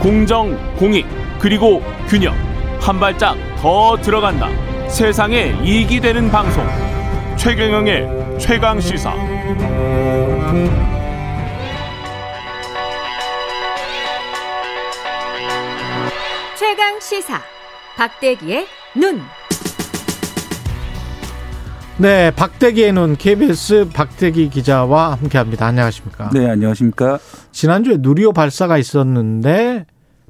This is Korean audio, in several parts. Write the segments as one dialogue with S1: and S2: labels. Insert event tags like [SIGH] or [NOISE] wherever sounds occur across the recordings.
S1: 공정, 공익, 그리고 균형. 한 발짝 더 들어간다. 세상에 이익이 되는 방송. 최경영의 최강 시사.
S2: 최강 시사 박대기의 눈.
S3: 네, 박대기의 눈 KBS 박대기 기자와 함께합니다. 안녕하십니까?
S4: 네, 안녕하십니까?
S3: 지난주에 누리호 발사가 있었는데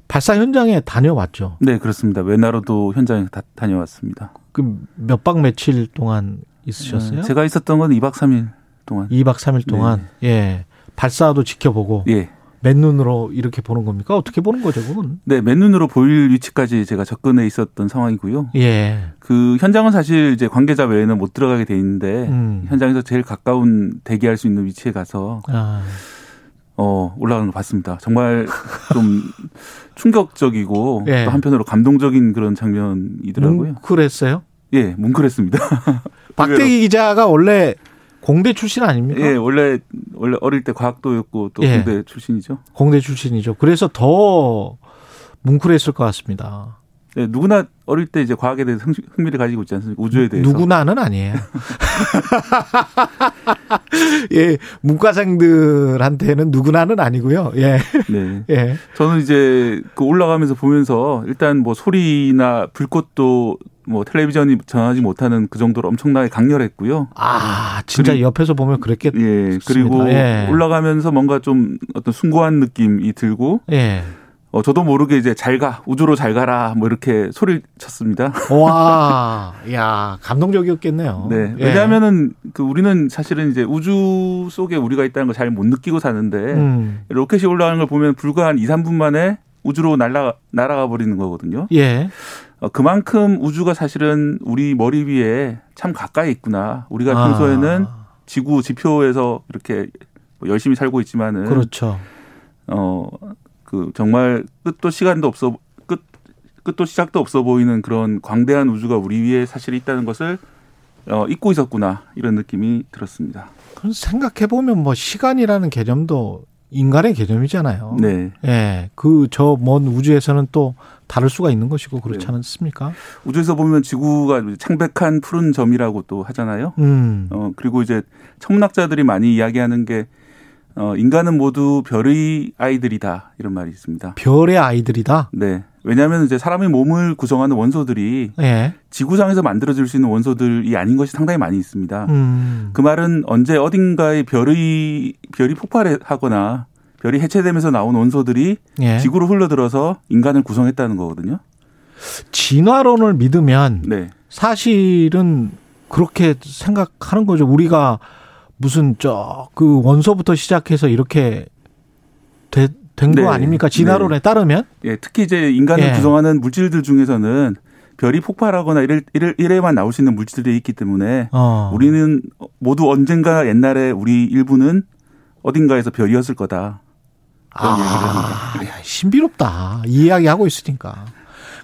S3: 발사 현장에 다녀왔죠.
S4: 네, 그렇습니다. 외나로도 현장에 다, 다녀왔습니다.
S3: 그 몇 박 며칠 동안 있으셨어요?
S4: 어, 제가 네. 있었던 건 2박 3일 동안.
S3: 2박 3일 동안 예. 발사도 지켜보고
S4: 예.
S3: 맨눈으로 이렇게 보는 겁니까? 어떻게 보는 거죠, 그건?
S4: 네, 맨눈으로 보일 위치까지 제가 접근해 있었던 상황이고요.
S3: 예.
S4: 그 현장은 사실 이제 관계자 외에는 못 들어가게 돼 있는데
S3: 음.
S4: 현장에서 제일 가까운 대기할 수 있는 위치에 가서
S3: 아,
S4: 어, 올라가는 걸 봤습니다. 정말
S3: [LAUGHS]
S4: 좀 충격적이고
S3: 예.
S4: 또 한편으로 감동적인 그런 장면이더라고요.
S3: 뭉클했어요?
S4: 예, 뭉클했습니다.
S3: 박대기 기자가 원래 공대 출신 아닙니까?
S4: 예, 원래 원래 어릴 때 과학도였고 또
S3: 예.
S4: 군대 출신이죠.
S3: 공대 출신이죠. 그래서 더 뭉클했을 것 같습니다.
S4: 네, 누구나 어릴 때 이제 과학에 대해서 흥- 흥미를 가지고 있지 않습니까? 우주에 대해서.
S3: 누구나는 아니에요. 예, 문과생들한테는 누구나는 아니고요. 예,
S4: [LAUGHS] 네.
S3: 예,
S4: 저는 이제 그 올라가면서 보면서 일단 뭐 소리나 불꽃도 뭐 텔레비전이 전하지 못하는 그 정도로 엄청나게 강렬했고요.
S3: 아, 진짜
S4: 그리-
S3: 옆에서 보면 그랬겠.
S4: 예. 그리고
S3: 예.
S4: 올라가면서 뭔가 좀 어떤 숭고한 느낌이 들고
S3: 예,
S4: 어, 저도 모르게 이제 잘 가, 우주로 잘 가라 뭐 이렇게 소리를 쳤습니다.
S3: 와, 야, 감동적이었겠네요.
S4: 네.
S3: 예.
S4: 왜냐하면은 그 우리는 사실은 이제 우주 속에 우리가 있다는 걸 잘 못 느끼고 사는데
S3: 음,
S4: 로켓이 올라가는 걸 보면 불과 한 2, 3분 만에 우주로 날아, 날아가 버리는 거거든요.
S3: 예,
S4: 어, 그만큼 우주가 사실은 우리 머리 위에 참 가까이 있구나. 우리가
S3: 아,
S4: 평소에는 지구 지표에서 이렇게 뭐 열심히 살고 있지만은
S3: 그렇죠.
S4: 어, 그 정말 끝도 시간도 없어 끝 끝도 시작도 없어 보이는 그런 광대한 우주가 우리 위에 사실 있다는 것을 어, 잊고 있었구나 이런 느낌이 들었습니다.
S3: 그럼 생각해 보면 뭐 시간이라는 개념도 인간의 개념이잖아요.
S4: 네.
S3: 예, 그 저 먼 우주에서는 또 다를 수가 있는 것이고 그렇지
S4: 네.
S3: 않습니까?
S4: 우주에서 보면 지구가 창백한 푸른 점이라고 또 하잖아요.
S3: 음,
S4: 어, 그리고 이제 천문학자들이 많이 이야기하는 게 어, 인간은 모두 별의 아이들이다 이런 말이 있습니다.
S3: 별의 아이들이다.
S4: 네. 왜냐하면 이제 사람의 몸을 구성하는 원소들이
S3: 예,
S4: 지구상에서 만들어질 수 있는 원소들이 아닌 것이 상당히 많이 있습니다.
S3: 음,
S4: 그 말은 언제 어딘가에 별의 별이 폭발하거나 별이 해체되면서 나온 원소들이
S3: 예.
S4: 지구로 흘러들어서 인간을 구성했다는 거거든요.
S3: 진화론을 믿으면
S4: 네.
S3: 사실은 그렇게 생각하는 거죠. 우리가 무슨 저 그 원소부터 시작해서 이렇게 된 거
S4: 네.
S3: 아닙니까? 진화론에 따르면
S4: 예, 특히 이제 인간을
S3: 예.
S4: 구성하는 물질들 중에서는 별이 폭발하거나 이럴, 이럴, 이래만 나올 수 있는 물질들이 있기 때문에
S3: 어.
S4: 우리는 모두 언젠가 옛날에 우리 일부는 어딘가에서 별이었을 거다.
S3: 아, 야, 신비롭다. 이 이야기 하고 있으니까.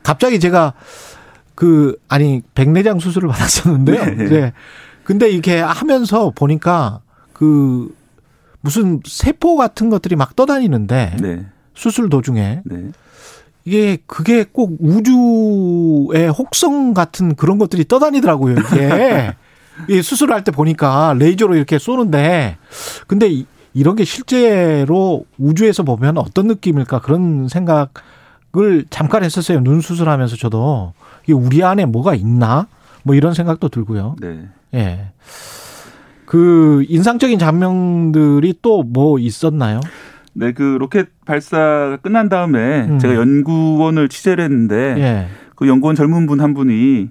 S3: 갑자기 제가 그 아니 백내장 수술을 받았었는데요.
S4: 네.
S3: 네. 근데 이렇게 하면서 보니까 그 무슨 세포 같은 것들이 막 떠다니는데
S4: 네.
S3: 수술 도중에
S4: 네.
S3: 이게 그게 꼭 우주의 혹성 같은 그런 것들이 떠다니더라고요.
S4: [LAUGHS]
S3: 이게 이 수술할 때 보니까 레이저로 이렇게 쏘는데 근데 이, 런게 실제로 우주에서 보면 어떤 느낌일까 그런 생각을 잠깐 했었어요. 눈 수술하면서 저도 이게 우리 안에 뭐가 있나 뭐 이런 생각도 들고요.
S4: 네.
S3: 예. 그 인상적인 장면들이 또 뭐 있었나요?
S4: 네, 그 로켓 발사가 끝난 다음에
S3: 음.
S4: 제가 연구원을 취재를 했는데
S3: 예.
S4: 그 연구원 젊은 분 한 분이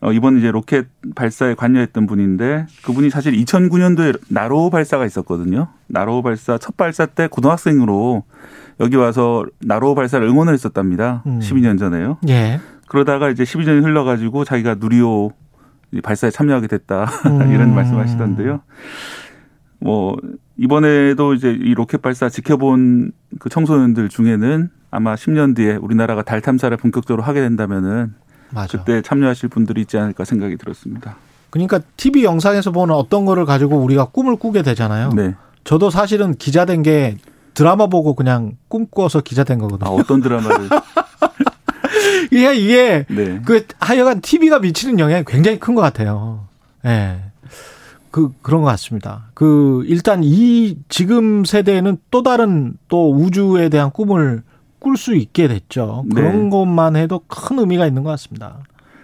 S4: 어, 이번 이제 로켓 발사에 관여했던 분인데 그분이 사실 2009년도에 나로우 발사가 있었거든요. 나로우 발사 첫 발사 때 고등학생으로 여기 와서 나로우 발사를 응원을 했었답니다.
S3: 음.
S4: 12년 전에요.
S3: 예.
S4: 그러다가 이제 12년이 흘러가지고 자기가 누리호 이 발사에 참여하게 됐다 [LAUGHS]
S3: 음.
S4: 이런 말씀하시던데요. 뭐 이번에도 이제 이 로켓 발사 지켜본 그 청소년들 중에는 아마 10년 뒤에 우리나라가 달 탐사를 본격적으로 하게 된다면은
S3: 맞아.
S4: 그렇죠. 그때 참여하실 분들이 있지 않을까 생각이 들었습니다.
S3: 그러니까 TV 영상에서 보는 어떤 거를 가지고 우리가 꿈을 꾸게 되잖아요.
S4: 네,
S3: 저도 사실은 기자 된 게 드라마 보고 그냥 꿈꿔서 기자 된
S4: 아,
S3: 거거든요.
S4: 어떤 드라마를.
S3: [LAUGHS] 이게 이게
S4: 네.
S3: 그 하여간 TV가 미치는 영향이 굉장히 큰 것 같아요. 예. 그 그런 것 같습니다. 그 일단 이 지금 세대는 또 다른 또 우주에 대한 꿈을 꿀 수 있게 됐죠. 그런
S4: 네.
S3: 것만 해도 큰 의미가 있는 것 같습니다.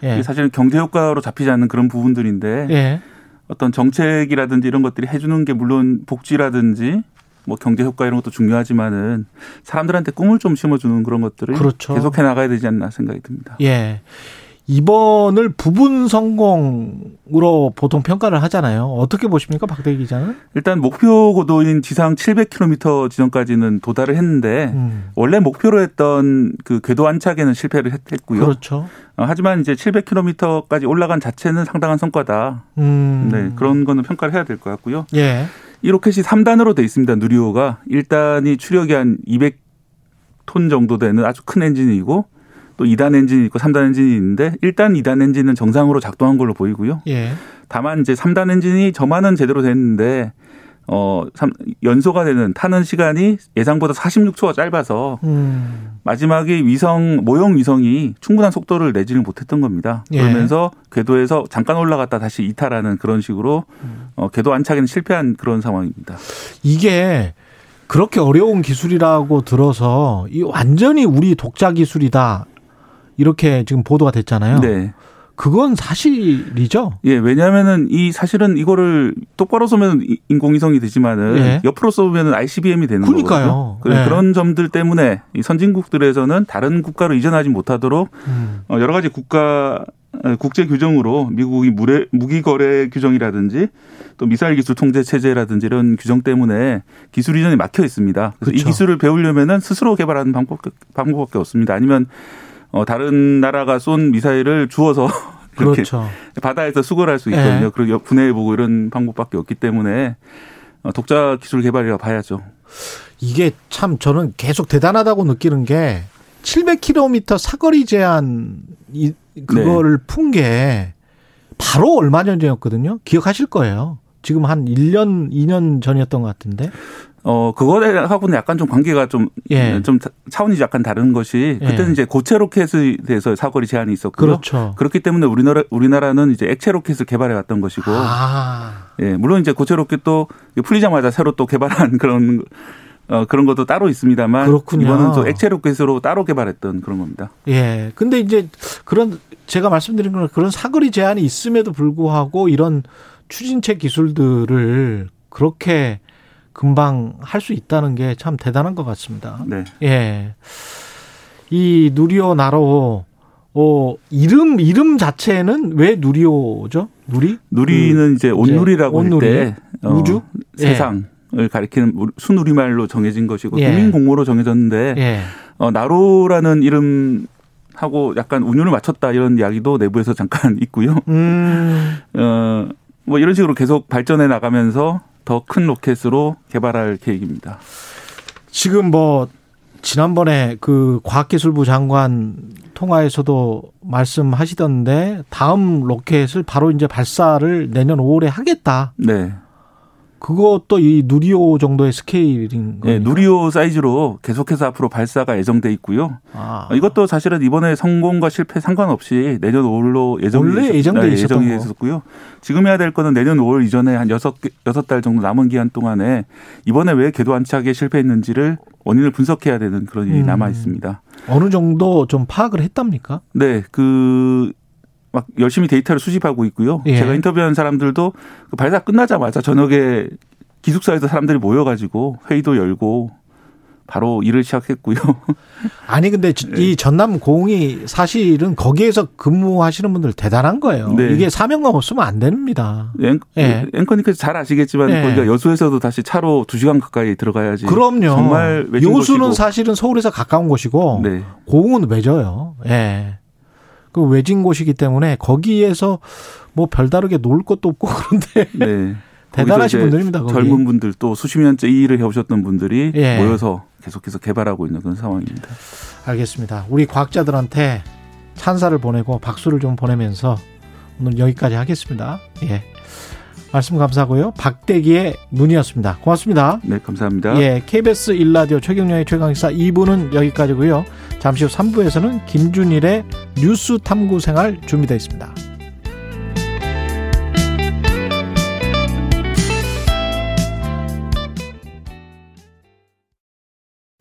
S3: 예.
S4: 이게 사실은 경제 효과로 잡히지 않는 그런 부분들인데
S3: 예.
S4: 어떤 정책이라든지 이런 것들이 해주는 게 물론 복지라든지 뭐 경제 효과 이런 것도 중요하지만은 사람들한테 꿈을 좀 심어주는 그런 것들을
S3: 그렇죠.
S4: 계속해 나가야 되지 않나 생각이 듭니다.
S3: 예. 이번을 부분 성공으로 보통 평가를 하잖아요. 어떻게 보십니까, 박대기 기자는?
S4: 일단 목표 고도인 지상 700km 지점까지는 도달을 했는데
S3: 음,
S4: 원래 목표로 했던 그 궤도 안착에는 실패를 했- 했고요.
S3: 그렇죠.
S4: 어, 하지만 이제 700km까지 올라간 자체는 상당한 성과다.
S3: 음.
S4: 네, 그런 거는 평가를 해야 될 것 같고요.
S3: 예.
S4: 이 로켓이 3단으로 돼 있습니다. 누리호가 1단이 추력이 한 200톤 정도 되는 아주 큰 엔진이고 또 2단 엔진이 있고 3단 엔진이 있는데 1단, 2단 엔진은 정상으로 작동한 걸로 보이고요.
S3: 예.
S4: 다만 이제 3단 엔진이 저만은 제대로 됐는데 어 삼- 연소가 되는 타는 시간이 예상보다 46초가 짧아서
S3: 음.
S4: 마지막에 위성 모형 위성이 충분한 속도를 내지를 못했던 겁니다.
S3: 예.
S4: 그러면서 궤도에서 잠깐 올라갔다 다시 이탈하는 그런 식으로 어, 궤도 안착에는 실패한 그런 상황입니다.
S3: 이게 그렇게 어려운 기술이라고 들어서 이 완전히 우리 독자 기술이다. 이렇게 지금 보도가 됐잖아요.
S4: 네.
S3: 그건 사실이죠.
S4: 예, 왜냐면은 이 사실은 이거를 똑바로 쏘면 이- 인공위성이 되지만은
S3: 예.
S4: 옆으로 쏘면은 ICBM이 되는
S3: 그러니까요.
S4: 거거든요.
S3: 예.
S4: 그래- 그런 점들 때문에 이 선진국들에서는 다른 국가로 이전하지 못하도록
S3: 음.
S4: 어, 여러 가지 국가 어, 국제 규정으로 미국이 무례, 무기 거래 규정이라든지 또 미사일 기술 통제 체제라든지 이런 규정 때문에 기술 이전이 막혀 있습니다. 그래서
S3: 그쵸.
S4: 이 기술을 배우려면은 스스로 개발하는 방법 방법밖에 없습니다. 아니면 어, 다른 나라가 쏜 미사일을 주워서 [LAUGHS] 이렇게
S3: 그렇죠.
S4: 바다에서 수거할 를수 있거든요.
S3: 예.
S4: 그리고 분해해 보고 이런 방법밖에 없기 때문에 어, 독자 기술 개발이라 봐야죠.
S3: 이게 참 저는 계속 대단하다고 느끼는 게 700km 사거리 제한 이 그거를 푼 게 바로 얼마 전이었거든요. 기억하실 거예요. 지금 한 1년, 2년 전이었던 것 같은데.
S4: 어, 그거하고는 약간 좀 관계가 좀,
S3: 예.
S4: 좀 차- 차원이 약간 다른 것이 그때는
S3: 예.
S4: 이제 고체 로켓에 대해서 사거리 제한이 있었고요.
S3: 그렇죠.
S4: 그렇기 때문에 우리나라, 우리나라는 이제 액체 로켓을 개발해 왔던 것이고,
S3: 아,
S4: 예, 물론 이제 고체 로켓도 풀리자마자 새로 또 개발한 [LAUGHS] 그런, 어, 그런 것도 따로 있습니다만,
S3: 그렇군요.
S4: 이번은 또 액체 로켓으로 따로 개발했던 그런 겁니다.
S3: 예. 근데 이제 그런 제가 말씀드린 건 그런 사거리 제한이 있음에도 불구하고 이런 추진체 기술들을 그렇게 금방 할 수 있다는 게 참 대단한 것 같습니다.
S4: 네.
S3: 예. 이 누리호 나로 어 이름 이름 자체는 왜 누리호죠? 누리?
S4: 누리는 이제 온누리라고
S3: 예, 온누리.
S4: 할 때, 어,
S3: 우주?
S4: 세상을 가리키는 우리- 순우리말로 정해진 것이고,
S3: 예.
S4: 국민공모로 정해졌는데,
S3: 예.
S4: 어, 나로라는 이름하고 약간 운율을 맞췄다 이런 이야기도 내부에서 잠깐 [LAUGHS] 있고요.
S3: 음.
S4: 어, 뭐 이런 식으로 계속 발전해 나가면서 더 큰 로켓으로 개발할 계획입니다.
S3: 지금 뭐 지난번에 그 과학기술부 장관 통화에서도 말씀하시던데 다음 로켓을 바로 이제 발사를 내년 5월에 하겠다.
S4: 네.
S3: 그것도 이 누리호 정도의 스케일인
S4: 예,
S3: 거예요.
S4: 누리호 사이즈로 계속해서 앞으로 발사가 예정돼 있고요.
S3: 아.
S4: 어, 이것도 사실은 이번에 성공과 실패 상관없이 내년 5월로 예정이
S3: 원래
S4: 있었-
S3: 예정돼
S4: 네,
S3: 있었던
S4: 예정이
S3: 거.
S4: 있었고요. 지금 해야 될 거는 내년 5월 이전에 한 여섯 개- 여섯 달 정도 남은 기간 동안에 이번에 왜 궤도 안착에 실패했는지를 원인을 분석해야 되는 그런 일이
S3: 음.
S4: 남아 있습니다.
S3: 어느 정도 좀 파악을 했답니까?
S4: 네, 그, 막 열심히 데이터를 수집하고 있고요.
S3: 예.
S4: 제가 인터뷰한 사람들도 그 발사 끝나자마자 저녁에 기숙사에서 사람들이 모여가지고 회의도 열고 바로 일을 시작했고요. [LAUGHS]
S3: 아니 근데 지-
S4: 예.
S3: 이 전남 공이 사실은 거기에서 근무하시는 분들 대단한 거예요.
S4: 네.
S3: 이게 사명감 없으면 안 됩니다.
S4: 앵,
S3: 예.
S4: 커님께서잘 아시겠지만
S3: 예.
S4: 거기가 여수에서도 다시 차로 두 시간 가까이 들어가야지.
S3: 그럼요.
S4: 예. 정말 외진
S3: 요수는
S4: 곳이고.
S3: 사실은 서울에서 가까운 곳이고
S4: 네,
S3: 공은 외져요. 예. 그 외진 곳이기 때문에 거기에서 뭐 별다르게 놀 것도 없고 [LAUGHS] 그런데 [LAUGHS]
S4: 네.
S3: 대단하신
S4: 거기서 이제
S3: 분들입니다. 거기.
S4: 젊은 분들 또 수십 년째 이 일을 해오셨던 분들이
S3: 예.
S4: 모여서 계속해서 개발하고 있는 그런 상황입니다.
S3: 알겠습니다. 우리 과학자들한테 찬사를 보내고 박수를 좀 보내면서 오늘 여기까지 하겠습니다. 예. 말씀 감사하고요. 박대기의 눈이었습니다. 고맙습니다.
S4: 네, 감사합니다.
S3: 예, KBS 일라디오 최경영의 최강시사 2부는 여기까지고요. 잠시 후 3부에서는 김준일의 뉴스 탐구 생활 준비되어 있습니다.